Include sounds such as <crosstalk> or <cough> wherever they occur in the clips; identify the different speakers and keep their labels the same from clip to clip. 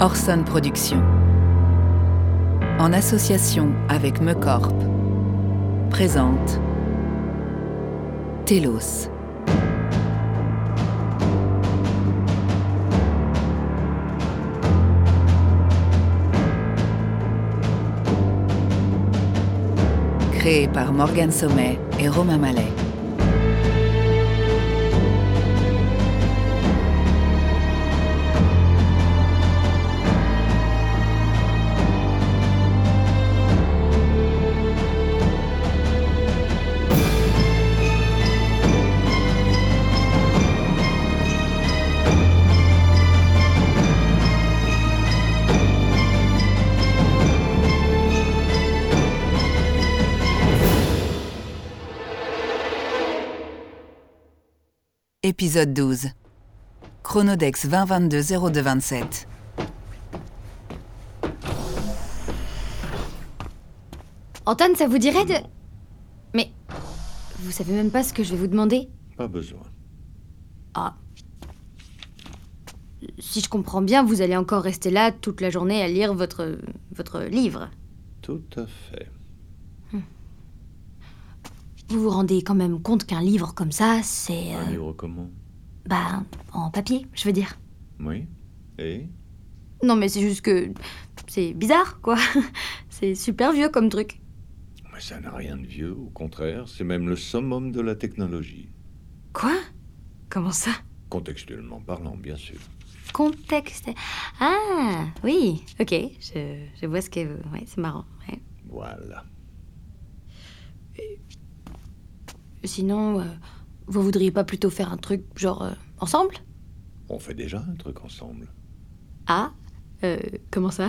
Speaker 1: Orson Productions. En association avec MeCorp. Présente. Telos. Créé par Morgan Sommet et Romain Mallet. Épisode 12. Chronodex 2022-0227.
Speaker 2: Anton, ça vous dirait de... Mais... Vous savez même pas ce que je vais vous demander
Speaker 3: Pas besoin.
Speaker 2: Ah. Si je comprends bien, vous allez encore rester là toute la journée à lire votre... votre livre.
Speaker 3: Tout à fait.
Speaker 2: Vous vous rendez quand même compte qu'un livre comme ça, c'est...
Speaker 3: Un
Speaker 2: euh,
Speaker 3: livre comment
Speaker 2: bah, en papier, je veux dire.
Speaker 3: Oui. Et
Speaker 2: Non mais c'est juste que... C'est bizarre, quoi. <laughs> c'est super vieux comme truc.
Speaker 3: Mais ça n'a rien de vieux, au contraire, c'est même le summum de la technologie.
Speaker 2: Quoi Comment ça
Speaker 3: Contextuellement parlant, bien sûr.
Speaker 2: Contexte... Ah, oui, ok, je, je vois ce que... Ouais, c'est marrant, ouais.
Speaker 3: Voilà.
Speaker 2: Sinon, euh, vous voudriez pas plutôt faire un truc genre euh, ensemble
Speaker 3: On fait déjà un truc ensemble.
Speaker 2: Ah euh, Comment ça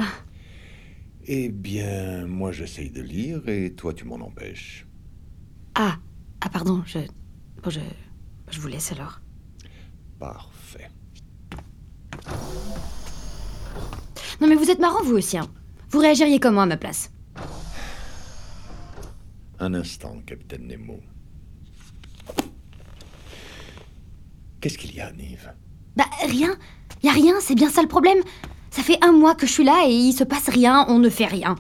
Speaker 3: Eh bien, moi j'essaye de lire et toi tu m'en empêches.
Speaker 2: Ah Ah pardon, je... Bon, je... Je vous laisse alors.
Speaker 3: Parfait.
Speaker 2: Non mais vous êtes marrant vous aussi, hein. Vous réagiriez comment à ma place
Speaker 3: Un instant, capitaine Nemo. Qu'est-ce qu'il y a, Nive
Speaker 2: Bah rien Y a rien, c'est bien ça le problème Ça fait un mois que je suis là et il se passe rien, on ne fait rien.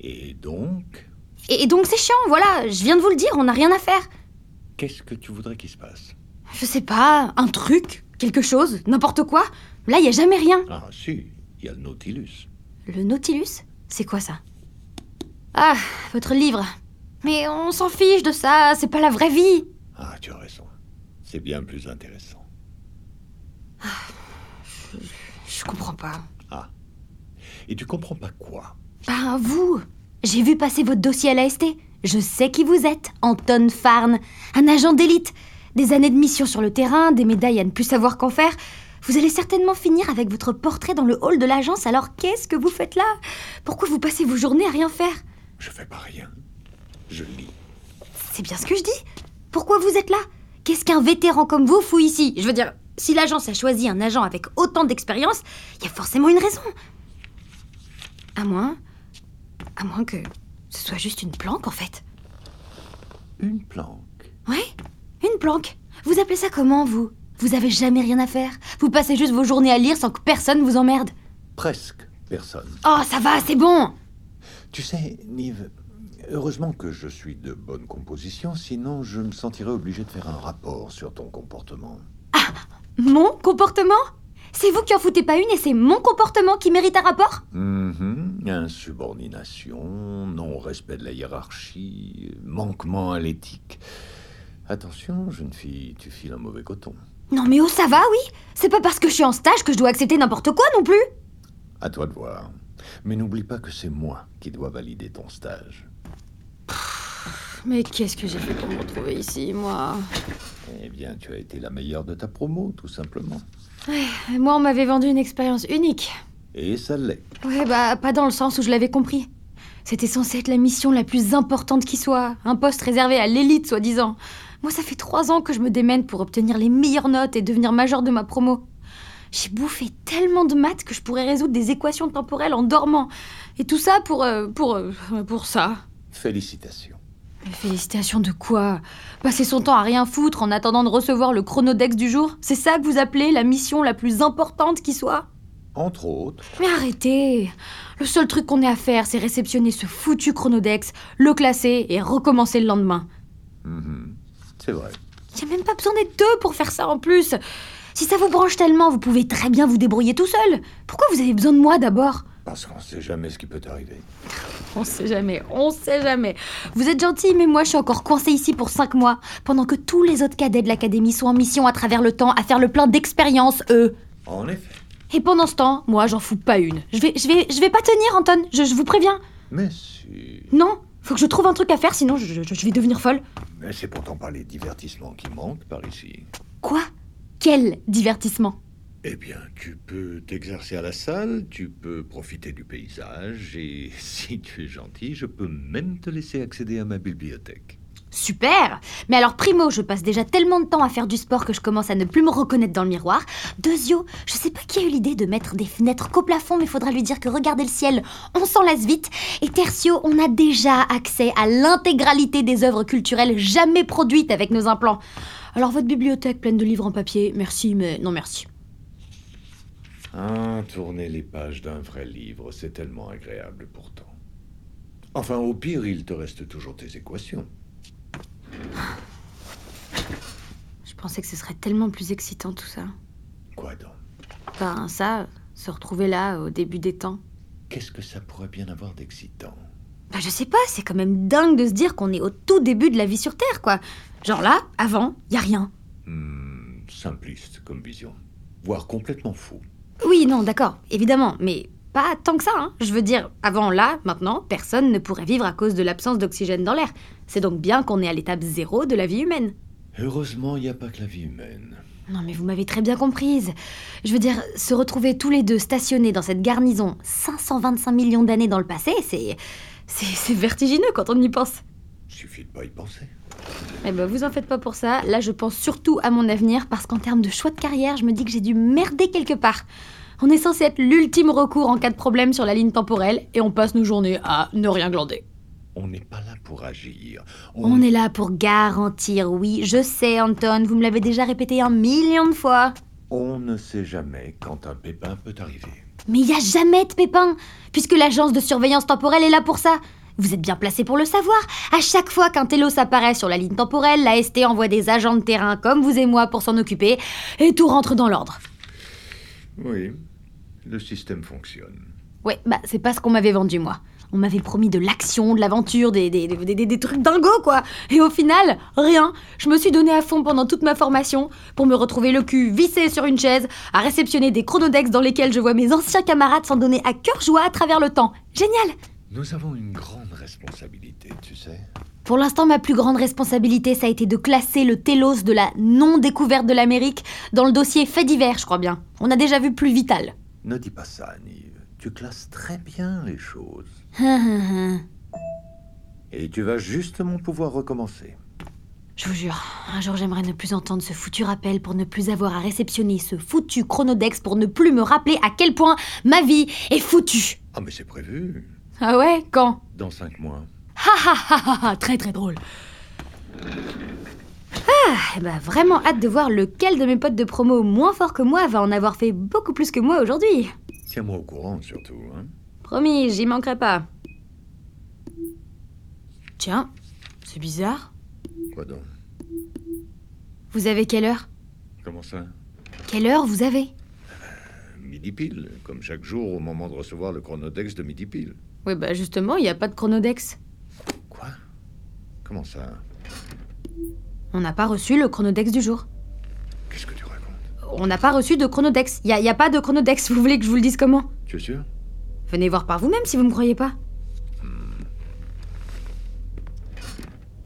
Speaker 3: Et donc,
Speaker 2: Et, et donc c'est chiant, voilà, je viens de vous le dire, on n'a rien à faire.
Speaker 3: qu'est-ce que tu voudrais qu'il se passe
Speaker 2: Je sais pas, un truc, quelque chose, n'importe quoi. Là, y a jamais rien.
Speaker 3: Ah, si, il y a le Nautilus.
Speaker 2: Le Nautilus C'est quoi ça Ah, votre livre. Mais on s'en fiche de ça, c'est pas la vraie vie.
Speaker 3: Ah, tu as raison. C'est bien plus intéressant.
Speaker 2: Je comprends pas.
Speaker 3: Et tu comprends pas quoi
Speaker 2: Bah, vous J'ai vu passer votre dossier à l'AST. Je sais qui vous êtes, Anton Farn, un agent d'élite. Des années de mission sur le terrain, des médailles à ne plus savoir qu'en faire. Vous allez certainement finir avec votre portrait dans le hall de l'agence, alors qu'est-ce que vous faites là Pourquoi vous passez vos journées à rien faire
Speaker 3: Je fais pas rien. Je lis.
Speaker 2: C'est bien ce que je dis. Pourquoi vous êtes là Qu'est-ce qu'un vétéran comme vous fout ici Je veux dire, si l'agence a choisi un agent avec autant d'expérience, il y a forcément une raison. À moins. À moins que ce soit juste une planque en fait.
Speaker 3: Une planque.
Speaker 2: Ouais Une planque Vous appelez ça comment vous Vous avez jamais rien à faire Vous passez juste vos journées à lire sans que personne vous emmerde
Speaker 3: Presque personne.
Speaker 2: Oh, ça va, c'est bon
Speaker 3: Tu sais, Nive, heureusement que je suis de bonne composition, sinon je me sentirais obligé de faire un rapport sur ton comportement.
Speaker 2: Mon comportement C'est vous qui en foutez pas une et c'est mon comportement qui mérite un rapport
Speaker 3: Mhm. Insubordination, non-respect de la hiérarchie, manquement à l'éthique. Attention, jeune fille, tu files un mauvais coton.
Speaker 2: Non mais oh ça va, oui C'est pas parce que je suis en stage que je dois accepter n'importe quoi non plus
Speaker 3: À toi de voir. Mais n'oublie pas que c'est moi qui dois valider ton stage.
Speaker 2: Mais qu'est-ce que j'ai fait pour me retrouver ici, moi
Speaker 3: Eh bien, tu as été la meilleure de ta promo, tout simplement.
Speaker 2: Euh, Moi, on m'avait vendu une expérience unique.
Speaker 3: Et ça l'est.
Speaker 2: Ouais, bah, pas dans le sens où je l'avais compris. C'était censé être la mission la plus importante qui soit, un poste réservé à l'élite, soi-disant. Moi, ça fait trois ans que je me démène pour obtenir les meilleures notes et devenir major de ma promo. J'ai bouffé tellement de maths que je pourrais résoudre des équations temporelles en dormant. Et tout ça pour... euh, pour... euh, pour ça.
Speaker 3: Félicitations.
Speaker 2: Mais Félicitations de quoi Passer son temps à rien foutre en attendant de recevoir le chronodex du jour C'est ça que vous appelez la mission la plus importante qui soit
Speaker 3: Entre autres.
Speaker 2: Mais arrêtez Le seul truc qu'on ait à faire, c'est réceptionner ce foutu chronodex, le classer et recommencer le lendemain.
Speaker 3: Mhm. C'est vrai.
Speaker 2: Y a même pas besoin d'être deux pour faire ça en plus Si ça vous branche tellement, vous pouvez très bien vous débrouiller tout seul Pourquoi vous avez besoin de moi d'abord
Speaker 3: Parce qu'on ne sait jamais ce qui peut arriver.
Speaker 2: <laughs> On sait jamais, on sait jamais Vous êtes gentil, mais moi je suis encore coincée ici pour cinq mois, pendant que tous les autres cadets de l'académie sont en mission à travers le temps à faire le plein d'expériences, eux
Speaker 3: En effet.
Speaker 2: Et pendant ce temps, moi j'en fous pas une. Je vais, je vais, je vais pas tenir, Anton, je, je vous préviens
Speaker 3: Mais si.
Speaker 2: Non Faut que je trouve un truc à faire, sinon je, je- je vais devenir folle.
Speaker 3: Mais c'est pourtant pas les divertissements qui manquent par ici.
Speaker 2: Quoi Quel divertissement
Speaker 3: Eh bien, tu peux t'exercer à la salle, tu peux profiter du paysage, et <laughs> si tu es gentil, je peux même te laisser accéder à ma bibliothèque.
Speaker 2: Super Mais alors primo, je passe déjà tellement de temps à faire du sport que je commence à ne plus me reconnaître dans le miroir. Deuxio, je sais pas qui a eu l'idée de mettre des fenêtres qu'au plafond, mais faudra lui dire que regardez le ciel, on s'en lasse vite. Et tertio, on a déjà accès à l'intégralité des œuvres culturelles jamais produites avec nos implants. Alors votre bibliothèque pleine de livres en papier, merci, mais non merci.
Speaker 3: Ah, tourner les pages d'un vrai livre, c'est tellement agréable pourtant. Enfin, au pire, il te reste toujours tes équations.
Speaker 2: Je pensais que ce serait tellement plus excitant tout ça.
Speaker 3: Quoi donc
Speaker 2: Enfin ça, se retrouver là au début des temps.
Speaker 3: Qu'est-ce que ça pourrait bien avoir d'excitant
Speaker 2: Bah je sais pas, c'est quand même dingue de se dire qu'on est au tout début de la vie sur Terre, quoi. Genre là, avant, y a rien.
Speaker 3: Hmm, Simpliste comme vision, voire complètement fou.
Speaker 2: Oui, non, d'accord, évidemment, mais pas tant que ça, hein. Je veux dire, avant là, maintenant, personne ne pourrait vivre à cause de l'absence d'oxygène dans l'air. C'est donc bien qu'on est à l'étape zéro de la vie humaine.
Speaker 3: Heureusement, il n'y a pas que la vie humaine.
Speaker 2: Non mais vous m'avez très bien comprise. Je veux dire, se retrouver tous les deux stationnés dans cette garnison 525 millions d'années dans le passé, c'est... C'est c'est vertigineux quand on y pense.
Speaker 3: Suffit de pas y penser.
Speaker 2: Eh ben, vous en faites pas pour ça. Là, je pense surtout à mon avenir parce qu'en termes de choix de carrière, je me dis que j'ai dû merder quelque part. On est censé être l'ultime recours en cas de problème sur la ligne temporelle et on passe nos journées à ne rien glander.
Speaker 3: On n'est pas là pour agir.
Speaker 2: On est là pour garantir, oui, je sais, Anton, vous me l'avez déjà répété un million de fois.
Speaker 3: On ne sait jamais quand un pépin peut arriver.
Speaker 2: Mais il n'y a jamais de pépin, puisque l'agence de surveillance temporelle est là pour ça. Vous êtes bien placé pour le savoir. À chaque fois qu'un télos apparaît sur la ligne temporelle, l'AST envoie des agents de terrain comme vous et moi pour s'en occuper, et tout rentre dans l'ordre.
Speaker 3: Oui, le système fonctionne.
Speaker 2: Ouais, bah c'est pas ce qu'on m'avait vendu, moi. On m'avait promis de l'action, de l'aventure, des, des, des, des- des trucs dingos, quoi. Et au final, rien. Je me suis donné à fond pendant toute ma formation pour me retrouver le cul vissé sur une chaise, à réceptionner des chronodex dans lesquels je vois mes anciens camarades s'en donner à cœur joie à travers le temps. Génial
Speaker 3: Nous avons une grande responsabilité, tu sais.
Speaker 2: Pour l'instant, ma plus grande responsabilité, ça a été de classer le télos de la non-découverte de l'Amérique dans le dossier fait divers, je crois bien. On a déjà vu plus vital. <laughs>
Speaker 3: Ne dis pas ça, Nive. Tu classes très bien les choses.
Speaker 2: Hein,
Speaker 3: Et tu vas justement pouvoir recommencer.
Speaker 2: Je vous jure, un jour j'aimerais ne plus entendre ce foutu rappel pour ne plus avoir à réceptionner ce foutu chronodex pour ne plus me rappeler à quel point ma vie est foutue.
Speaker 3: Ah, mais c'est prévu.
Speaker 2: Ah ouais Quand
Speaker 3: Dans cinq mois.
Speaker 2: Ha ha ha ha ha Très très drôle. Ah, bah vraiment hâte de voir lequel de mes potes de promo moins fort que moi va en avoir fait beaucoup plus que moi aujourd'hui.
Speaker 3: Tiens-moi au courant, surtout. Hein.
Speaker 2: Promis, j'y manquerai pas. Tiens, c'est bizarre.
Speaker 3: Quoi donc
Speaker 2: Vous avez quelle heure
Speaker 3: Comment ça
Speaker 2: Quelle heure vous avez
Speaker 3: Midi pile, comme chaque jour au moment de recevoir le chronodex de midi pile.
Speaker 2: Ouais bah justement, il n'y a pas de chronodex.
Speaker 3: Quoi Comment ça
Speaker 2: On n'a pas reçu le chronodex du jour.
Speaker 3: Qu'est-ce que tu racontes
Speaker 2: On n'a pas reçu de chronodex. Il n'y a, pas de chronodex. <laughs> Vous voulez que je vous le dise comment
Speaker 3: Tu es sûr
Speaker 2: Venez voir par vous-même si vous ne me croyez pas.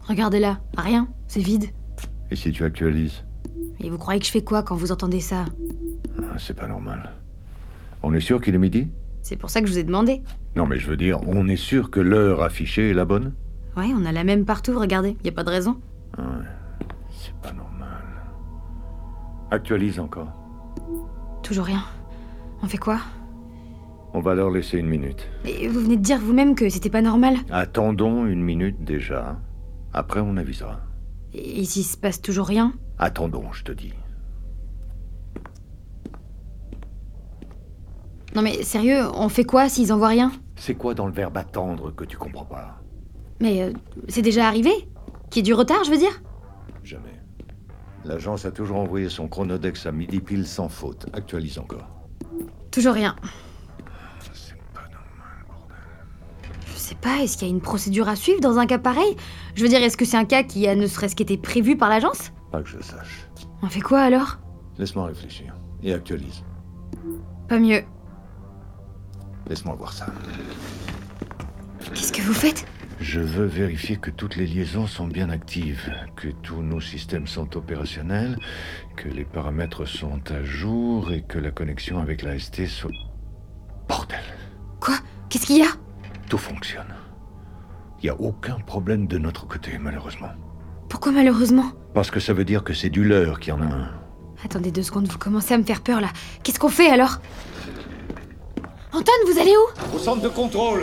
Speaker 2: Regardez là, rien, c'est vide.
Speaker 3: Et si tu actualises
Speaker 2: Et vous croyez que je fais quoi quand vous entendez ça
Speaker 3: Ah, C'est pas normal. On est sûr qu'il est midi
Speaker 2: C'est pour ça que je vous ai demandé.
Speaker 3: Non, mais je veux dire, on est sûr que l'heure affichée est la bonne
Speaker 2: Ouais, on a la même partout, regardez, il a pas de raison.
Speaker 3: C'est pas normal. Actualise encore.
Speaker 2: Toujours rien. On fait quoi
Speaker 3: On va leur laisser une minute.
Speaker 2: Mais vous venez de dire vous-même que c'était pas normal.
Speaker 3: Attendons une minute déjà. Après, on avisera.
Speaker 2: Et s'il se passe toujours rien
Speaker 3: Attendons, je te dis.
Speaker 2: Non mais sérieux, on fait quoi s'ils en voient rien
Speaker 4: C'est quoi dans le verbe attendre que tu comprends pas
Speaker 2: Mais euh, c'est déjà arrivé Qu'il y ait du retard, je veux dire
Speaker 4: Jamais. L'agence a toujours envoyé son chronodex à midi pile sans faute. Actualise encore.
Speaker 2: Toujours rien.
Speaker 4: C'est pas normal, bordel.
Speaker 2: Je sais pas, est-ce qu'il y a une procédure à suivre dans un cas pareil Je veux dire, est-ce que c'est un cas qui a ne serait-ce qu'était prévu par l'agence
Speaker 4: Pas que je sache.
Speaker 2: On fait quoi alors
Speaker 4: Laisse-moi réfléchir. Et actualise.
Speaker 2: Pas mieux.
Speaker 4: Laisse-moi voir ça.
Speaker 2: Qu'est-ce que vous faites
Speaker 4: Je veux vérifier que toutes les liaisons sont bien actives, que tous nos systèmes sont opérationnels, que les paramètres sont à jour et que la connexion avec la ST soit... Bordel
Speaker 2: Quoi Qu'est-ce qu'il y a
Speaker 4: Tout fonctionne. Il n'y a aucun problème de notre côté, malheureusement.
Speaker 2: Pourquoi malheureusement
Speaker 4: Parce que ça veut dire que c'est du leur qui en a un.
Speaker 2: Attendez deux secondes, vous commencez à me faire peur là. Qu'est-ce qu'on fait alors Anton, vous allez où
Speaker 5: Au centre de contrôle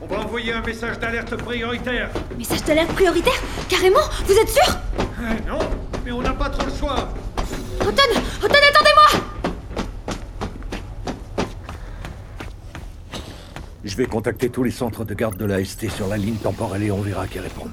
Speaker 5: On va envoyer un message d'alerte prioritaire
Speaker 2: Message d'alerte prioritaire Carrément Vous êtes sûr
Speaker 5: Eh Non Mais on n'a pas trop le choix
Speaker 2: Anton Anton, attendez-moi
Speaker 4: Je vais contacter tous les centres de garde de la ST sur la ligne temporelle et on verra qui répond.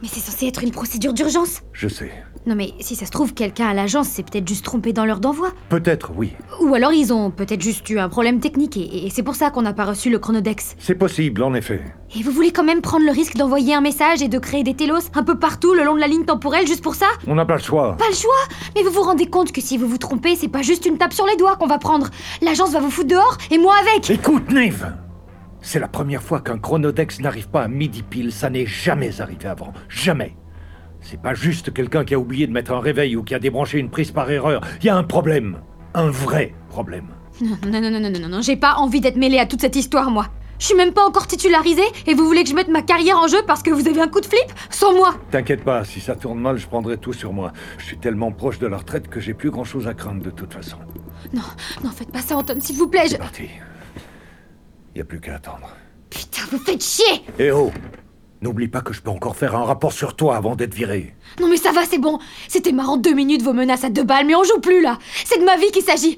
Speaker 2: Mais c'est censé être une procédure d'urgence
Speaker 4: Je sais.
Speaker 2: Non mais si ça se trouve, quelqu'un à l'agence s'est peut-être juste trompé dans l'heure d'envoi.
Speaker 4: Peut-être, oui.
Speaker 2: Ou alors ils ont peut-être juste eu un problème technique et, et c'est pour ça qu'on n'a pas reçu le chronodex.
Speaker 4: C'est possible, en effet.
Speaker 2: Et vous voulez quand même prendre le risque d'envoyer un message et de créer des télos un peu partout le long de la ligne temporelle juste pour ça
Speaker 4: On n'a pas le choix.
Speaker 2: Pas le choix Mais vous vous rendez compte que si vous vous trompez, c'est pas juste une tape sur les doigts qu'on va prendre. L'agence va vous foutre dehors et moi avec
Speaker 3: Écoute, Nive C'est la première fois qu'un chronodex n'arrive pas à midi pile, ça n'est jamais arrivé avant. Jamais C'est pas juste quelqu'un qui a oublié de mettre un réveil ou qui a débranché une prise par erreur. Il y a un problème. Un vrai problème.
Speaker 2: Non, non, non, non, non, non, non, non, j'ai pas envie d'être mêlée à toute cette histoire, moi. Je suis même pas encore titularisée et vous voulez que je mette ma carrière en jeu parce que vous avez un coup de flip Sans moi
Speaker 3: T'inquiète pas, si ça tourne mal, je prendrai tout sur moi. Je suis tellement proche de la retraite que j'ai plus grand chose à craindre de toute façon.
Speaker 2: Non, non, faites pas ça, Anton, s'il vous plaît, je.
Speaker 3: C'est parti. Y a plus qu'à attendre.
Speaker 2: Putain, vous faites chier
Speaker 3: Eh oh N'oublie pas que je peux encore faire un rapport sur toi avant d'être viré.
Speaker 2: Non mais ça va, c'est bon. C'était marrant deux minutes vos menaces à deux balles, mais on joue plus là. C'est de ma vie qu'il s'agit.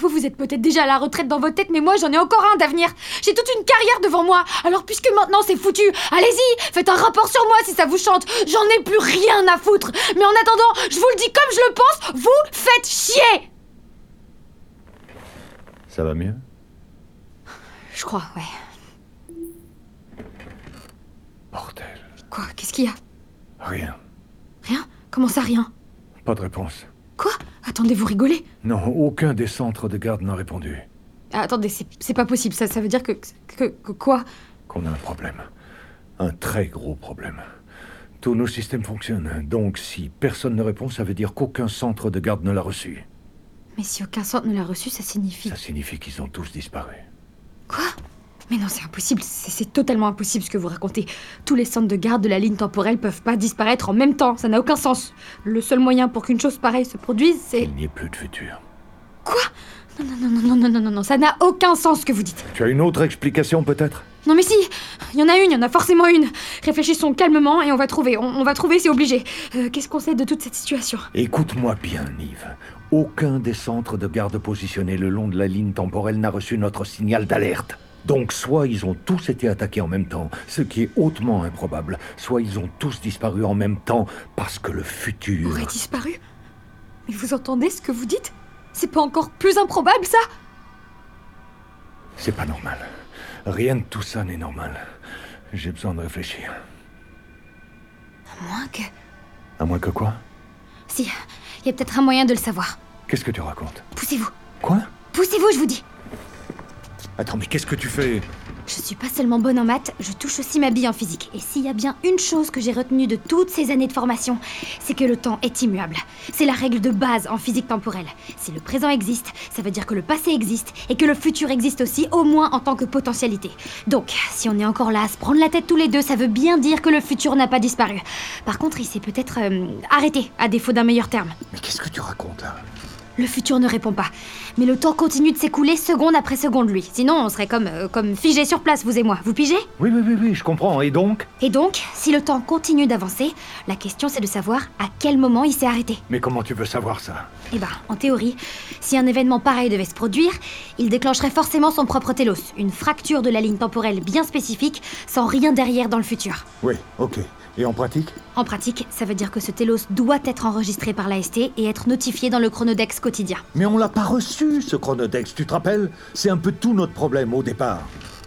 Speaker 2: Vous, vous êtes peut-être déjà à la retraite dans votre tête, mais moi j'en ai encore un d'avenir. J'ai toute une carrière devant moi. Alors puisque maintenant c'est foutu, allez-y, faites un rapport sur moi si ça vous chante. J'en ai plus rien à foutre. Mais en attendant, je vous le dis comme je le pense, vous faites chier.
Speaker 4: Ça va mieux
Speaker 2: Je crois, ouais.
Speaker 3: Mortel.
Speaker 2: Quoi Qu'est-ce qu'il y a
Speaker 3: Rien.
Speaker 2: Rien Comment ça rien
Speaker 3: Pas de réponse.
Speaker 2: Quoi Attendez, vous rigolez
Speaker 3: Non, aucun des centres de garde n'a répondu.
Speaker 2: Ah, Attendez, c'est c'est pas possible. Ça, ça veut dire que que, que quoi
Speaker 3: Qu'on a un problème. Un très gros problème. Tous nos systèmes fonctionnent, donc si personne ne répond, ça veut dire qu'aucun centre de garde ne l'a reçu.
Speaker 2: Mais si aucun centre ne l'a reçu, ça signifie
Speaker 3: Ça signifie qu'ils ont tous disparu.
Speaker 2: Quoi Mais non, c'est impossible, c'est c'est totalement impossible ce que vous racontez. Tous les centres de garde de la ligne temporelle peuvent pas disparaître en même temps, ça n'a aucun sens. Le seul moyen pour qu'une chose pareille se produise, c'est...
Speaker 3: Il n'y a plus de futur.
Speaker 2: Quoi Non, non, non, non, non, non, non, non, ça n'a aucun sens ce que vous dites.
Speaker 3: Tu as une autre explication peut-être
Speaker 2: Non mais si Il y en a une, il y en a forcément une Réfléchissons calmement et on va trouver, on, on va trouver, c'est obligé. Euh, Qu'est-ce qu'on sait de toute cette situation
Speaker 3: Écoute-moi bien, Nive. Aucun des centres de garde positionnés le long de la ligne temporelle n'a reçu notre signal d'alerte. Donc soit ils ont tous été attaqués en même temps, ce qui est hautement improbable, soit ils ont tous disparu en même temps parce que le futur...
Speaker 2: aurait disparu Mais vous entendez ce que vous dites C'est pas encore plus improbable ça
Speaker 3: C'est pas normal. Rien de tout ça n'est normal. J'ai besoin de réfléchir.
Speaker 2: À moins que...
Speaker 3: À moins que quoi
Speaker 2: Si, il y a peut-être un moyen de le savoir.
Speaker 3: Qu'est-ce que tu racontes
Speaker 2: Poussez-vous
Speaker 3: Quoi
Speaker 2: Poussez-vous, je vous dis
Speaker 3: Attends, mais qu'est-ce que tu fais
Speaker 2: Je suis pas seulement bonne en maths, je touche aussi ma bille en physique. Et s'il y a bien une chose que j'ai retenue de toutes ces années de formation, c'est que le temps est immuable. C'est la règle de base en physique temporelle. Si le présent existe, ça veut dire que le passé existe et que le futur existe aussi, au moins en tant que potentialité. Donc, si on est encore là à se prendre la tête tous les deux, ça veut bien dire que le futur n'a pas disparu. Par contre, il s'est peut-être euh, arrêté, à défaut d'un meilleur terme.
Speaker 3: Mais qu'est-ce que tu racontes hein? là
Speaker 2: Le Le futur ne répond pas. Mais le temps continue de s'écouler seconde après seconde, lui. Sinon, on serait comme, euh, comme figés sur place, vous et moi. Vous pigez
Speaker 3: Oui, oui, oui, oui, je comprends. Et donc
Speaker 2: Et donc, si le temps continue d'avancer, la question c'est de savoir à quel moment il s'est arrêté.
Speaker 3: Mais comment tu veux savoir ça
Speaker 2: Eh ben, en théorie, si un événement pareil devait se produire, il déclencherait forcément son propre télos, une fracture de la ligne temporelle bien spécifique, sans rien derrière dans le futur.
Speaker 6: Oui, ok. Et en pratique
Speaker 2: En pratique, ça veut dire que ce télos doit être enregistré par l'AST et être notifié dans le chronodex quotidien.
Speaker 6: Mais on l'a pas reçu, ce chronodex, tu te rappelles C'est un peu tout notre problème au départ.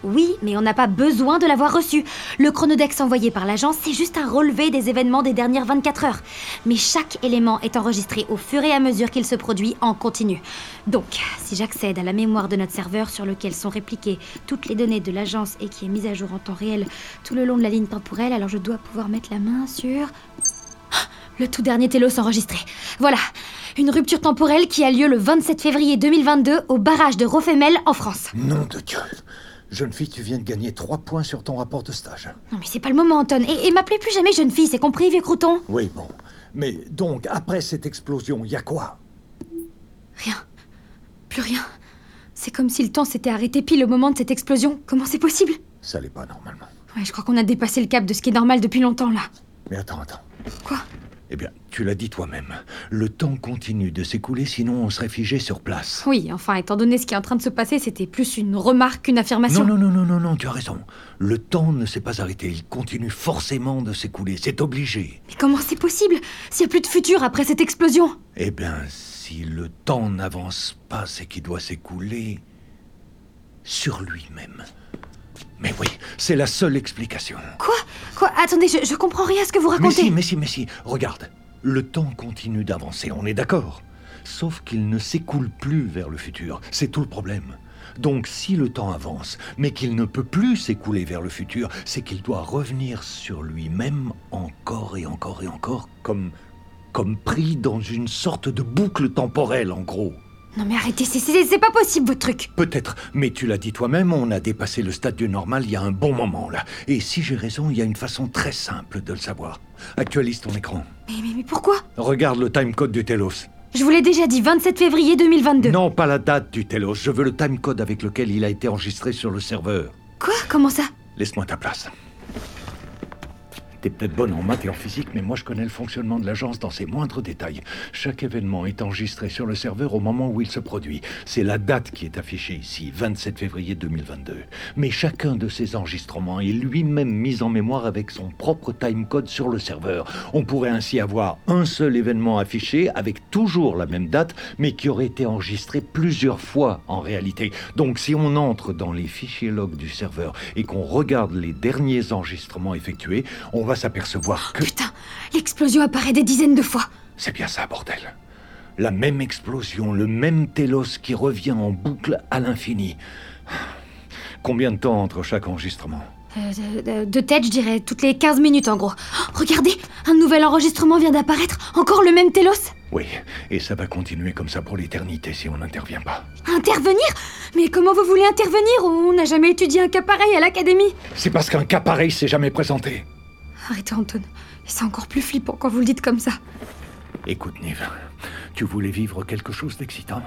Speaker 2: Oui, mais on n'a pas besoin de l'avoir reçu. Le chronodex envoyé par l'agence, c'est juste un relevé des événements des dernières 24 heures. Mais chaque élément est enregistré au fur et à mesure qu'il se produit en continu. Donc, si j'accède à la mémoire de notre serveur sur lequel sont répliquées toutes les données de l'agence et qui est mise à jour en temps réel tout le long de la ligne temporelle, alors je dois pouvoir mettre la main sur... <gasps> Ah Le tout dernier télos enregistré. Voilà, une rupture temporelle qui a lieu le 27 février 2022 au barrage de Rofemel en France.
Speaker 6: Nom de Dieu Jeune fille, tu viens de gagner 3 points sur ton rapport de stage.
Speaker 2: Non mais c'est pas le moment, Anton. Et, et m'appelez plus jamais jeune fille, c'est compris, vieux crouton
Speaker 6: Oui, bon. Mais donc, après cette explosion, il y a quoi
Speaker 2: Rien. Plus rien. C'est comme si le temps s'était arrêté pile au moment de cette explosion. Comment c'est possible
Speaker 6: Ça l'est pas normalement.
Speaker 2: Ouais, je crois qu'on a dépassé le cap de ce qui est normal depuis longtemps, là.
Speaker 6: Mais attends, attends.
Speaker 2: Quoi
Speaker 3: Eh bien, tu l'as dit toi-même. Le temps continue de s'écouler, sinon on serait figé sur place.
Speaker 2: Oui, enfin, étant donné ce qui est en train de se passer, c'était plus une remarque qu'une affirmation.
Speaker 3: Non, non, non, non, non, non, tu as raison. Le temps ne s'est pas arrêté. Il continue forcément de s'écouler. C'est obligé.
Speaker 2: Mais comment c'est possible S'il n'y a plus de futur après cette explosion
Speaker 3: Eh bien, si le temps n'avance pas, c'est qu'il doit s'écouler sur lui-même. Mais oui, c'est la seule explication.
Speaker 2: Quoi Quoi Attendez, je, je comprends rien à ce que vous
Speaker 3: Mais
Speaker 2: racontez.
Speaker 3: si, mais si, mais si, regarde. Le temps continue d'avancer, on est d'accord. Sauf qu'il ne s'écoule plus vers le futur, c'est tout le problème. Donc si le temps avance, mais qu'il ne peut plus s'écouler vers le futur, c'est qu'il doit revenir sur lui-même encore et encore et encore, comme, comme pris dans une sorte de boucle temporelle en gros.
Speaker 2: Non mais arrêtez, c'est- c'est c'est pas possible votre truc.
Speaker 3: Peut-être, mais tu l'as dit toi-même, on a dépassé le stade du normal il y a un bon moment là. Et si j'ai raison, il y a une façon très simple de le savoir. Actualise ton écran.
Speaker 2: Mais, mais, mais pourquoi
Speaker 3: Regarde le timecode du Telos.
Speaker 2: Je vous l'ai déjà dit, 27 février 2022.
Speaker 3: Non, pas la date du Telos. Je veux le timecode avec lequel il a été enregistré sur le serveur.
Speaker 2: Quoi Comment ça
Speaker 3: Laisse-moi ta place. T'es peut-être bonne en maths et en physique, mais moi je connais le fonctionnement de l'agence dans ses moindres détails. Chaque événement est enregistré sur le serveur au moment où il se produit. C'est la date qui est affichée ici, 27 février 2022. Mais chacun de ces enregistrements est lui-même mis en mémoire avec son propre timecode sur le serveur. On pourrait ainsi avoir un seul événement affiché avec toujours la même date, mais qui aurait été enregistré plusieurs fois en réalité. Donc si on entre dans les fichiers log du serveur et qu'on regarde les derniers enregistrements effectués, on va s'apercevoir que...
Speaker 2: Putain, l'explosion apparaît des dizaines de fois.
Speaker 3: C'est bien ça, bordel. La même explosion, le même télos qui revient en boucle à l'infini. Combien de temps entre chaque enregistrement
Speaker 2: Euh, de, de- de tête, je dirais toutes les 15 minutes en gros. Oh, regardez, un nouvel enregistrement vient d'apparaître. Encore le même Telos
Speaker 3: Oui, et ça va continuer comme ça pour l'éternité si on n'intervient pas.
Speaker 2: Intervenir Mais comment vous voulez intervenir On n'a jamais étudié un cas pareil à l'académie.
Speaker 3: C'est parce qu'un cas pareil s'est jamais présenté.
Speaker 2: Arrêtez, Anton. C'est encore plus flippant quand vous le dites comme ça.
Speaker 3: Écoute, Nive, tu voulais vivre quelque chose d'excitant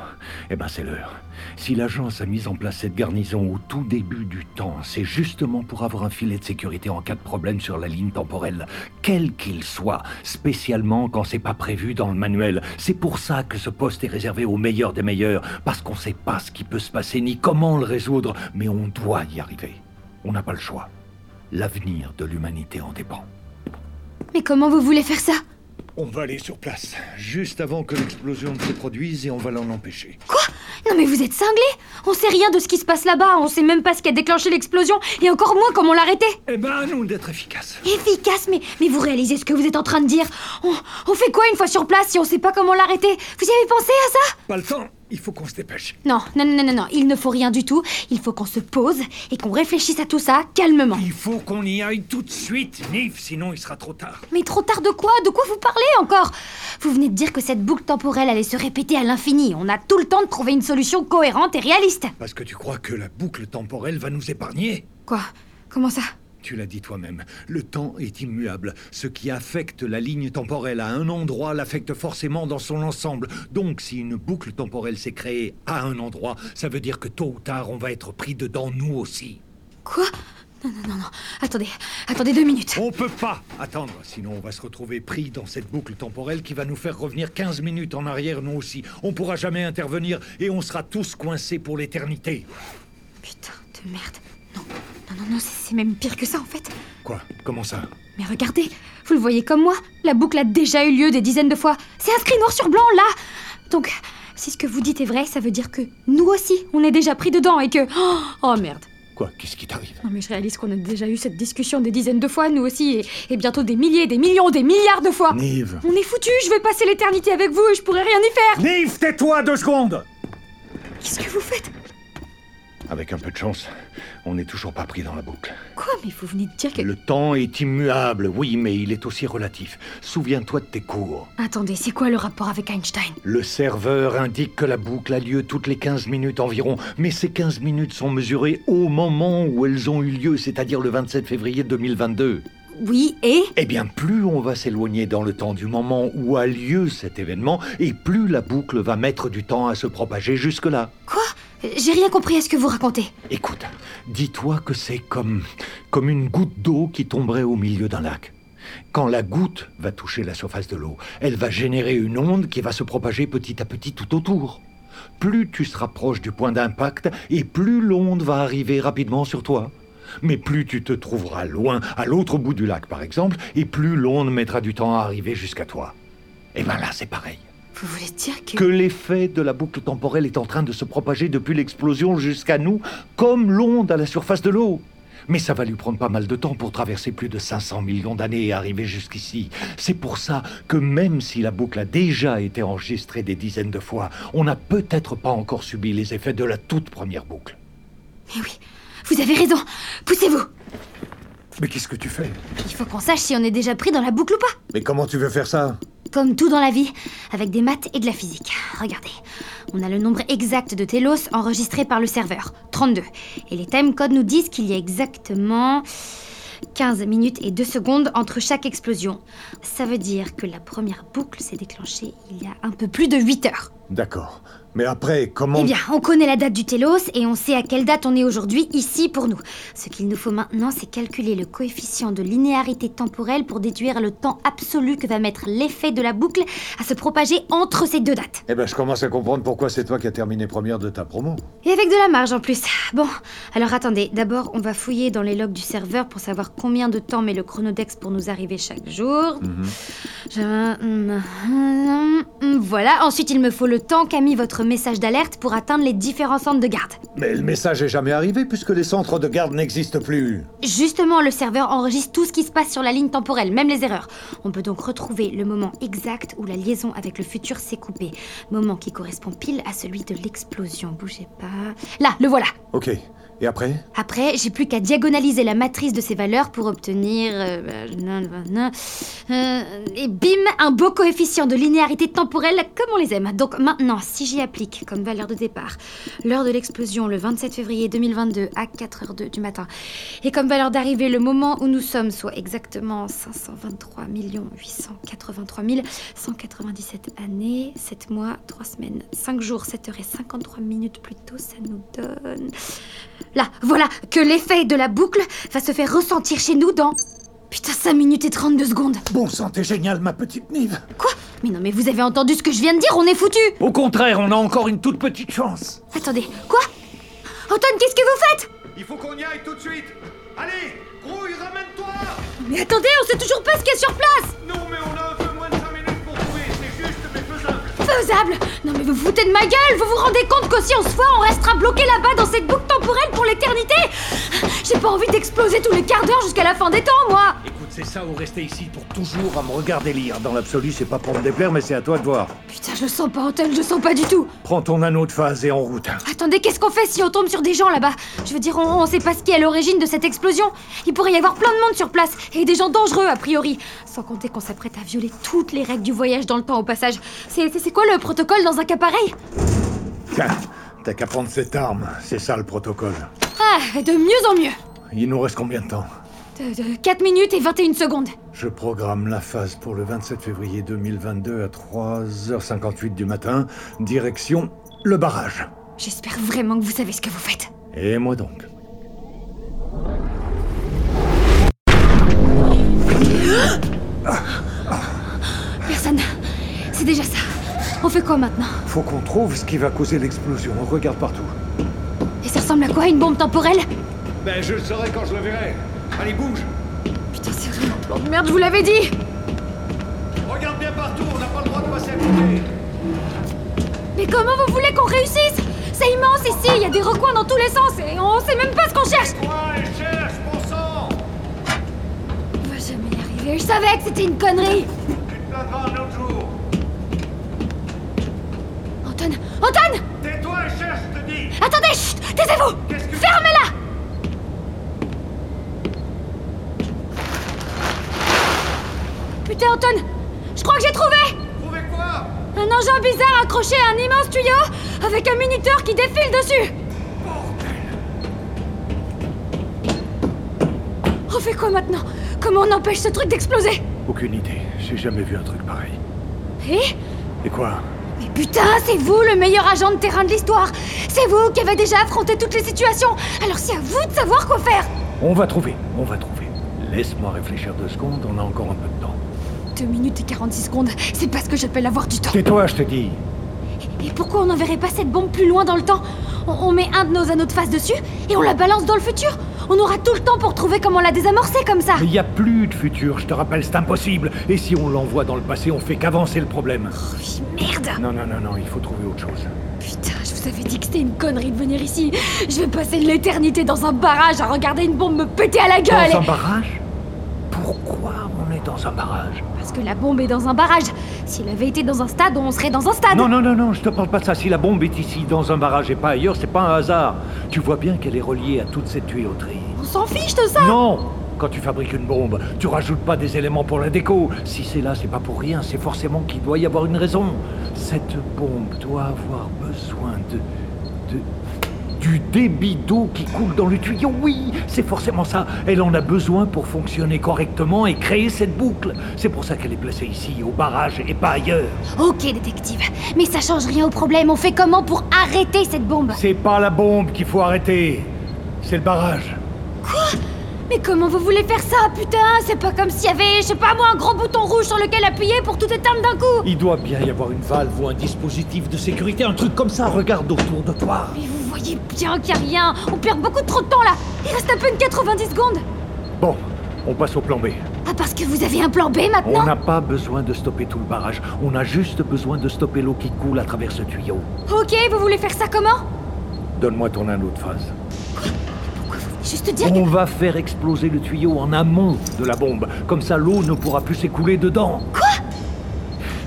Speaker 3: Eh ben, c'est l'heure. Si l'agence a mis en place cette garnison au tout début du temps, c'est justement pour avoir un filet de sécurité en cas de problème sur la ligne temporelle, quel qu'il soit, spécialement quand c'est pas prévu dans le manuel. C'est pour ça que ce poste est réservé aux meilleurs des meilleurs, parce qu'on sait pas ce qui peut se passer ni comment le résoudre, mais on doit y arriver. On n'a pas le choix. L'avenir de l'humanité en dépend.
Speaker 2: Mais comment vous voulez faire ça
Speaker 3: On va aller sur place, juste avant que l'explosion ne se produise et on va l'en empêcher.
Speaker 2: Non mais vous êtes cinglés On sait rien de ce qui se passe là-bas, on sait même pas ce qui a déclenché l'explosion, et encore moins comment l'arrêter
Speaker 3: Eh ben, à nous d'être efficaces.
Speaker 2: Efficace, mais, mais vous réalisez ce que vous êtes en train de dire on, on fait quoi une fois sur place si on sait pas comment l'arrêter Vous y avez pensé à ça
Speaker 3: Pas le temps, il faut qu'on se dépêche.
Speaker 2: Non, non, non, non, non, non, il ne faut rien du tout. Il faut qu'on se pose et qu'on réfléchisse à tout ça calmement.
Speaker 3: Il faut qu'on y aille tout de suite, Nive, sinon il sera trop tard.
Speaker 2: Mais trop tard de quoi De quoi vous parlez encore Vous venez de dire que cette boucle temporelle allait se répéter à l'infini. On a tout le temps de trouver une solution cohérente et réaliste.
Speaker 3: Parce que tu crois que la boucle temporelle va nous épargner
Speaker 2: Quoi Comment ça
Speaker 3: Tu l'as dit toi-même, le temps est immuable. Ce qui affecte la ligne temporelle à un endroit l'affecte forcément dans son ensemble. Donc si une boucle temporelle s'est créée à un endroit, ça veut dire que tôt ou tard on va être pris dedans nous aussi.
Speaker 2: Quoi Non, non, non, non. Attendez, attendez deux minutes.
Speaker 3: On peut pas attendre, sinon on va se retrouver pris dans cette boucle temporelle qui va nous faire revenir 15 minutes en arrière nous aussi. On pourra jamais intervenir et on sera tous coincés pour l'éternité.
Speaker 2: Putain de merde. Non, non, non, non, c'est c'est même pire que ça en fait.
Speaker 3: Quoi Comment ça
Speaker 2: Mais regardez, vous le voyez comme moi, la boucle a déjà eu lieu des dizaines de fois. C'est inscrit noir sur blanc là. Donc, si ce que vous dites est vrai, ça veut dire que nous aussi, on est déjà pris dedans et que... Oh, oh, merde.
Speaker 3: Quoi Qu'est-ce qui t'arrive
Speaker 2: Non mais je réalise qu'on a déjà eu cette discussion des dizaines de fois, nous aussi, et, et bientôt des milliers, des millions, des milliards de fois.
Speaker 3: Nive
Speaker 2: On est foutus, je vais passer l'éternité avec vous et je pourrai rien y faire.
Speaker 3: Nive, tais-toi deux secondes
Speaker 2: Qu'est-ce que vous faites
Speaker 4: Avec un peu de chance, on n'est toujours pas pris dans la boucle.
Speaker 2: Quoi Mais vous venez de dire que...
Speaker 3: Le temps est immuable, oui, mais il est aussi relatif. Souviens-toi de tes cours.
Speaker 2: Attendez, c'est quoi le rapport avec Einstein
Speaker 3: Le serveur indique que la boucle a lieu toutes les 15 minutes environ, mais ces 15 minutes sont mesurées au moment où elles ont eu lieu, c'est-à-dire le 27 février 2022.
Speaker 2: Oui, et
Speaker 3: Eh bien, plus on va s'éloigner dans le temps du moment où a lieu cet événement, et plus la boucle va mettre du temps à se propager jusque-là.
Speaker 2: Quoi J'ai rien compris à ce que vous racontez.
Speaker 3: Écoute, dis-toi que c'est comme, comme une goutte d'eau qui tomberait au milieu d'un lac. Quand la goutte va toucher la surface de l'eau, elle va générer une onde qui va se propager petit à petit tout autour. Plus tu se rapproches du point d'impact et plus l'onde va arriver rapidement sur toi. Mais plus tu te trouveras loin, à l'autre bout du lac par exemple, et plus l'onde mettra du temps à arriver jusqu'à toi. Et bien là, c'est pareil
Speaker 2: Vous voulez dire que...
Speaker 3: que l'effet de la boucle temporelle est en train de se propager depuis l'explosion jusqu'à nous, comme l'onde à la surface de l'eau. Mais ça va lui prendre pas mal de temps pour traverser plus de 500 millions d'années et arriver jusqu'ici. C'est pour ça que même si la boucle a déjà été enregistrée des dizaines de fois, on n'a peut-être pas encore subi les effets de la toute première boucle.
Speaker 2: Mais Eh oui, vous avez raison. Poussez-vous.
Speaker 3: Mais qu'est-ce que tu fais
Speaker 2: Il faut qu'on sache si on est déjà pris dans la boucle ou pas.
Speaker 6: Mais comment tu veux faire ça
Speaker 2: Comme tout dans la vie, avec des maths et de la physique. Regardez, on a le nombre exact de télos enregistré par le serveur, 32. Et les time codes nous disent qu'il y a exactement 15 minutes et 2 secondes entre chaque explosion. Ça veut dire que la première boucle s'est déclenchée il y a un peu plus de 8 heures.
Speaker 6: D'accord. Mais après, comment...
Speaker 2: Eh bien, on connaît la date du télos et on sait à quelle date on est aujourd'hui ici pour nous. Ce qu'il nous faut maintenant, c'est calculer le coefficient de linéarité temporelle pour déduire le temps absolu que va mettre l'effet de la boucle à se propager entre ces deux dates.
Speaker 6: Eh ben, je commence à comprendre pourquoi c'est toi qui as terminé première de ta promo.
Speaker 2: Et avec de la marge en plus. Bon, alors attendez, d'abord on va fouiller dans les logs du serveur pour savoir combien de temps met le chronodex pour nous arriver chaque jour. Je- Voilà, ensuite il me faut le temps qu'a mis votre message d'alerte pour atteindre les différents centres de garde.
Speaker 6: Mais le message est jamais arrivé puisque les centres de garde n'existent plus.
Speaker 2: Justement, le serveur enregistre tout ce qui se passe sur la ligne temporelle, même les erreurs. On peut donc retrouver le moment exact où la liaison avec le futur s'est coupée. Moment qui correspond pile à celui de l'explosion. Bougez pas. Là, le voilà.
Speaker 6: Ok. Et après
Speaker 2: Après, j'ai plus qu'à diagonaliser la matrice de ces valeurs pour obtenir... euh, bah, nan, nan, nan. Euh, et bim, un beau coefficient de linéarité temporelle comme on les aime. Donc maintenant, si j'y applique comme valeur de départ l'heure de l'explosion le 27 février 2022 à 4h02 du matin, et comme valeur d'arrivée le moment où nous sommes, soit exactement 523 883 197 années, 7 mois, 3 semaines, 5 jours, 7h53 minutes plus tôt, ça nous donne... Là, voilà, que l'effet de la boucle va se faire ressentir chez nous dans... Putain, 5 minutes et 32 secondes
Speaker 6: Bon sang, t'es génial, ma petite Nive
Speaker 2: Quoi Mais non, mais vous avez entendu ce que je viens de dire, on est foutus
Speaker 3: Au contraire, on a encore une toute petite chance.
Speaker 2: Attendez, quoi Anton, qu'est-ce que vous faites
Speaker 5: Il faut qu'on y aille tout de suite Allez Grouille, ramène-toi
Speaker 2: Mais attendez, on sait toujours pas ce qu'il y a sur place
Speaker 5: Non, mais on a un peu moins de 5 minutes pour trouver, c'est juste mais faisable
Speaker 2: Faisable Non mais vous vous foutez de ma gueule Vous vous rendez compte qu'aussi on se voit, on restera bloqué là-bas dans cette boucle temporelle pour l'éternité J'ai pas envie d'exploser tous les quarts d'heure jusqu'à la fin des temps, moi
Speaker 3: Écoute, c'est ça ou rester ici pour toujours.
Speaker 6: À me regarder lire, dans l'absolu, c'est pas pour me déplaire, mais c'est à toi de voir.
Speaker 2: Putain, je sens pas Anton, je sens pas du tout
Speaker 6: Prends ton anneau de phase et en route.
Speaker 2: Attendez, qu'est-ce qu'on fait si on tombe sur des gens là-bas Je veux dire, on, on sait pas ce qui est à l'origine de cette explosion. Il pourrait y avoir plein de monde sur place, et des gens dangereux a priori. Sans compter qu'on s'apprête à violer toutes les règles du voyage dans le temps au passage. C'est c'est- c'est quoi le protocole dans un cas pareil
Speaker 6: Tiens, t'as qu'à prendre cette arme, c'est ça le protocole.
Speaker 2: Ah, de mieux en mieux
Speaker 6: Il nous reste combien de temps
Speaker 2: 4 minutes et 21 secondes.
Speaker 3: Je programme la phase pour le 27 février 2022 à 3h58 du matin, direction le barrage.
Speaker 2: J'espère vraiment que vous savez ce que vous faites.
Speaker 3: Et moi donc
Speaker 2: Personne. C'est déjà ça. On fait quoi maintenant
Speaker 3: Faut qu'on trouve ce qui va causer l'explosion. On regarde partout.
Speaker 2: Et ça ressemble à quoi Une bombe temporelle
Speaker 5: Ben, je le saurai quand je le verrai. Allez, bouge
Speaker 2: Putain, c'est vraiment un plan de merde, je vous l'avais dit
Speaker 5: Regarde bien partout, on n'a pas le droit de passer à côté
Speaker 2: Mais comment vous voulez qu'on réussisse C'est immense ici, il y a des recoins dans tous les sens et on sait même pas ce qu'on cherche
Speaker 5: Quoi Elle cherche, bon sang
Speaker 2: On va jamais y arriver, je savais que c'était une connerie
Speaker 5: Tu te plaindras un autre jour
Speaker 2: Anton Anton
Speaker 5: Tais-toi et cherche, je te dis
Speaker 2: Attendez, chut Taisez-vous
Speaker 5: Qu'est-ce que-
Speaker 2: Fermez-la Putain, Anton Je crois que j'ai trouvé
Speaker 5: Trouvez quoi
Speaker 2: Un engin bizarre accroché à un immense tuyau avec un minuteur qui défile dessus. On fait quoi maintenant Comment on empêche ce truc d'exploser
Speaker 3: Aucune idée. J'ai jamais vu un truc pareil.
Speaker 2: Eh
Speaker 3: Et quoi
Speaker 2: Mais putain, c'est vous le meilleur agent de terrain de l'histoire C'est vous qui avez déjà affronté toutes les situations Alors c'est à vous de savoir quoi faire
Speaker 3: On va trouver, on va trouver. Laisse-moi réfléchir deux secondes, on a encore un peu de temps.
Speaker 2: 2 minutes et 46 secondes, c'est pas ce que j'appelle avoir du temps.
Speaker 3: Tais-toi, je te dis
Speaker 2: Et pourquoi on n'enverrait pas cette bombe plus loin dans le temps on, on met un de nos anneaux de face dessus et on la balance dans le futur On aura tout le temps pour trouver comment la désamorcer comme ça
Speaker 3: Il n'y a plus de futur, je te rappelle, c'est impossible. Et si on l'envoie dans le passé, on fait qu'avancer le problème.
Speaker 2: Oui, Oh, merde
Speaker 3: Non, non, non, non, il faut trouver autre chose.
Speaker 2: Putain, je vous avais dit que c'était une connerie de venir ici Je vais passer l'éternité dans un barrage à regarder une bombe me péter à la gueule
Speaker 3: Dans un
Speaker 2: et-
Speaker 3: barrage Pourquoi on est dans un barrage
Speaker 2: Parce que la bombe est dans un barrage Si elle avait été dans un stade, on serait dans un stade
Speaker 3: Non, non, non, non, je te parle pas de ça. Si la bombe est ici, dans un barrage et pas ailleurs, c'est pas un hasard. Tu vois bien qu'elle est reliée à toute cette tuyauterie.
Speaker 2: On s'en fiche de ça
Speaker 3: Non Quand tu fabriques une bombe, tu rajoutes pas des éléments pour la déco. Si c'est là, c'est pas pour rien, c'est forcément qu'il doit y avoir une raison. Cette bombe doit avoir besoin de. de. du débit d'eau qui coule dans le tuyau. Oui, c'est forcément ça. Elle en a besoin pour fonctionner correctement et créer cette boucle. C'est pour ça qu'elle est placée ici, au barrage et pas ailleurs.
Speaker 2: Ok, détective, mais ça change rien au problème, on fait comment pour arrêter cette bombe
Speaker 3: C'est pas la bombe qu'il faut arrêter, c'est le barrage.
Speaker 2: Mais comment vous voulez faire ça, putain C'est pas comme s'il y avait, je sais pas moi, un gros bouton rouge sur lequel appuyer pour tout éteindre d'un coup
Speaker 3: Il doit bien y avoir une valve ou un dispositif de sécurité, un truc comme ça. Regarde autour de toi.
Speaker 2: Mais vous voyez bien qu'il y a rien On perd beaucoup trop de temps là Il reste à peine 90 secondes
Speaker 3: Bon, on passe au plan B.
Speaker 2: Ah, parce que vous avez un plan B
Speaker 3: On
Speaker 2: maintenant
Speaker 3: n'a pas besoin de stopper tout le barrage. On a juste besoin de stopper l'eau qui coule à travers ce tuyau.
Speaker 2: Ok, vous voulez faire ça comment
Speaker 3: Donne-moi ton anneau de phase.
Speaker 2: Juste dire que...
Speaker 3: On va faire exploser le tuyau en amont de la bombe. Comme ça, l'eau ne pourra plus s'écouler dedans. Quoi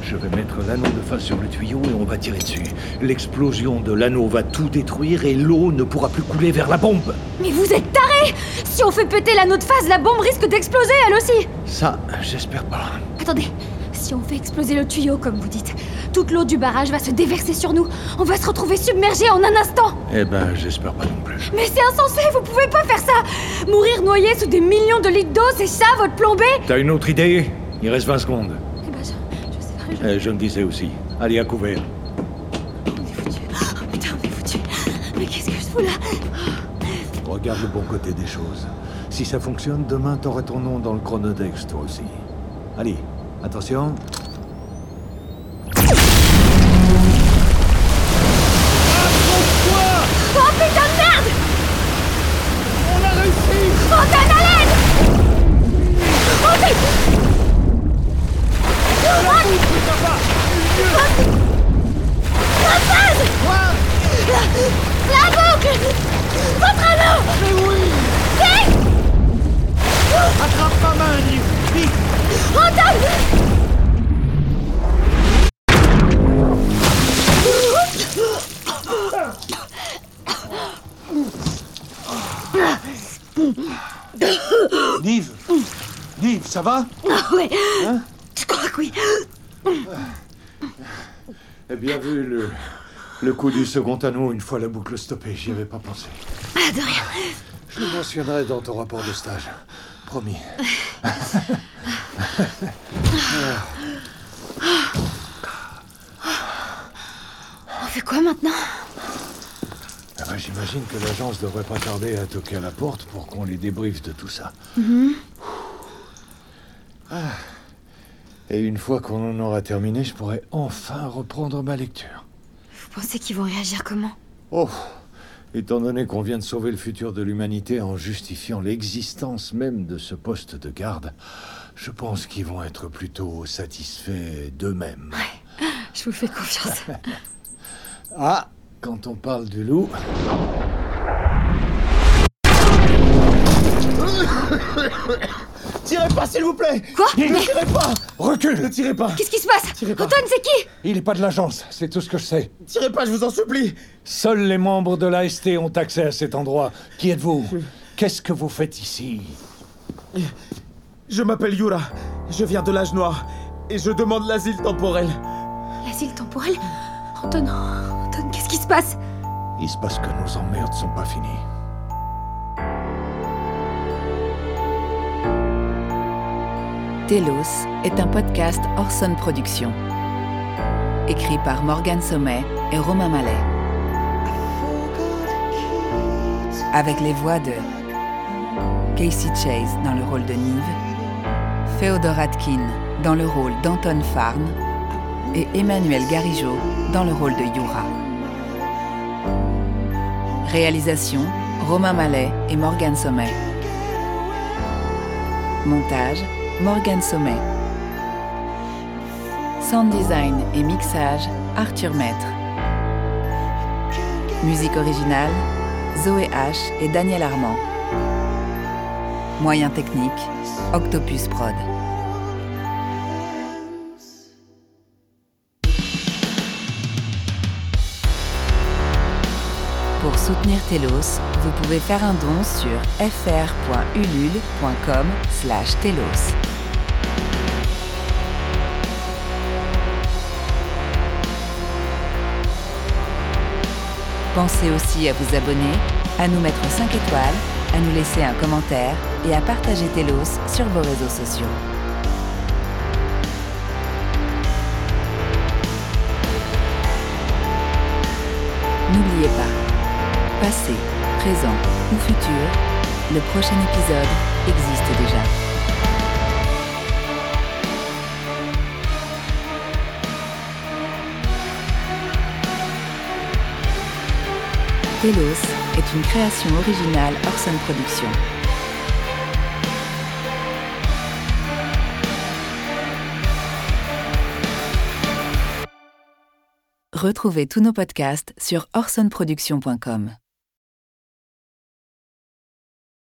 Speaker 3: Je vais mettre l'anneau de phase sur le tuyau et on va tirer dessus. L'explosion de l'anneau va tout détruire et l'eau ne pourra plus couler vers la bombe.
Speaker 2: Mais vous êtes tarés Si on fait péter l'anneau de phase, la bombe risque d'exploser elle aussi
Speaker 3: Ça, j'espère pas.
Speaker 2: Attendez, si on fait exploser le tuyau, comme vous dites, toute l'eau du barrage va se déverser sur nous. On va se retrouver submergés en un instant.
Speaker 3: Eh ben, j'espère pas non plus.
Speaker 2: Mais c'est insensé, vous pouvez pas faire ça. Mourir noyé sous des millions de litres d'eau, c'est ça votre plan B
Speaker 3: T'as une autre idée Il reste 20 secondes. Eh,
Speaker 2: Eh ben, je, je sais pas, je-
Speaker 3: je me disais aussi. Allez, à couvert.
Speaker 2: on est foutus. Oh, putain, on est foutus. Mais qu'est-ce que je fous là
Speaker 3: Regarde le bon côté des choses. Si ça fonctionne, demain, t'auras ton nom dans le chronodex, toi aussi. Allez, attention.
Speaker 2: Oh putain de merde On a réussi Fontaine à l'aide Oh putain La boucle Votre anneau Mais oui Vite
Speaker 5: Attrape ma main, Nive Vite
Speaker 2: Anton
Speaker 6: Nive Nive, ça va
Speaker 2: Ah Ouais
Speaker 3: Hein
Speaker 2: Je crois que oui
Speaker 3: Eh bien vu le, le coup du second anneau une fois la boucle stoppée. J'y avais pas pensé.
Speaker 2: Ah, de rien
Speaker 3: Je le mentionnerai dans ton rapport de stage. Promis.
Speaker 2: On fait quoi maintenant
Speaker 3: Ah ben, J'imagine que l'agence devrait pas tarder à toquer à la porte pour qu'on les débriefe de tout ça. Ah. Et une fois qu'on en aura terminé, je pourrai enfin reprendre ma lecture.
Speaker 2: Vous pensez qu'ils vont réagir comment
Speaker 3: Oh Étant donné qu'on vient de sauver le futur de l'humanité en justifiant l'existence même de ce poste de garde, je pense qu'ils vont être plutôt satisfaits d'eux-mêmes.
Speaker 2: Je vous fais
Speaker 7: <laughs>
Speaker 2: confiance.
Speaker 3: Ah Quand on parle du loup...
Speaker 7: Tirez pas, s'il vous plaît
Speaker 2: Quoi
Speaker 7: Ne
Speaker 2: Mais
Speaker 7: tirez pas
Speaker 3: Recule
Speaker 7: Ne tirez pas
Speaker 2: qu'est-ce qui se passe
Speaker 7: Tirez pas.
Speaker 2: Antoine, c'est qui
Speaker 3: Il n'est pas de l'agence, c'est tout ce que je sais.
Speaker 7: Tirez pas, je vous en supplie
Speaker 3: Seuls les membres de l'AST ont accès à cet endroit. Qui êtes-vous Qu'est-ce que vous faites ici
Speaker 7: Je m'appelle Yura, je viens de l'âge noir, et je demande l'asile temporel.
Speaker 2: L'asile temporel Anton, Anton, qu'est-ce qui se passe
Speaker 3: Il se passe que nos emmerdes sont pas finies.
Speaker 1: Telos est un podcast Orson Productions. Écrit par Morgan Sommet et Romain Mallet. Avec les voix de Casey Chase dans le rôle de Nive, Féodor Atkin dans le rôle d'Anton Farn et Emmanuel Garigeau dans le rôle de Yura. Réalisation Romain Mallet et Morgan Sommet. Montage, Morgan Sommet. Sound design et mixage, Arthur Maître. Musique originale, Zoé H. et Daniel Armand. Moyens techniques, Octopus Prod. Pour soutenir Telos, vous pouvez faire un don sur fr.ulule.com slash telos. Pensez aussi à vous abonner, à nous mettre 5 étoiles, à nous laisser un commentaire et à partager Telos sur vos réseaux sociaux. N'oubliez pas, passé, présent ou futur, le prochain épisode existe déjà. Telos est une création originale Orson Productions. Retrouvez tous nos podcasts sur orsonproduction.com.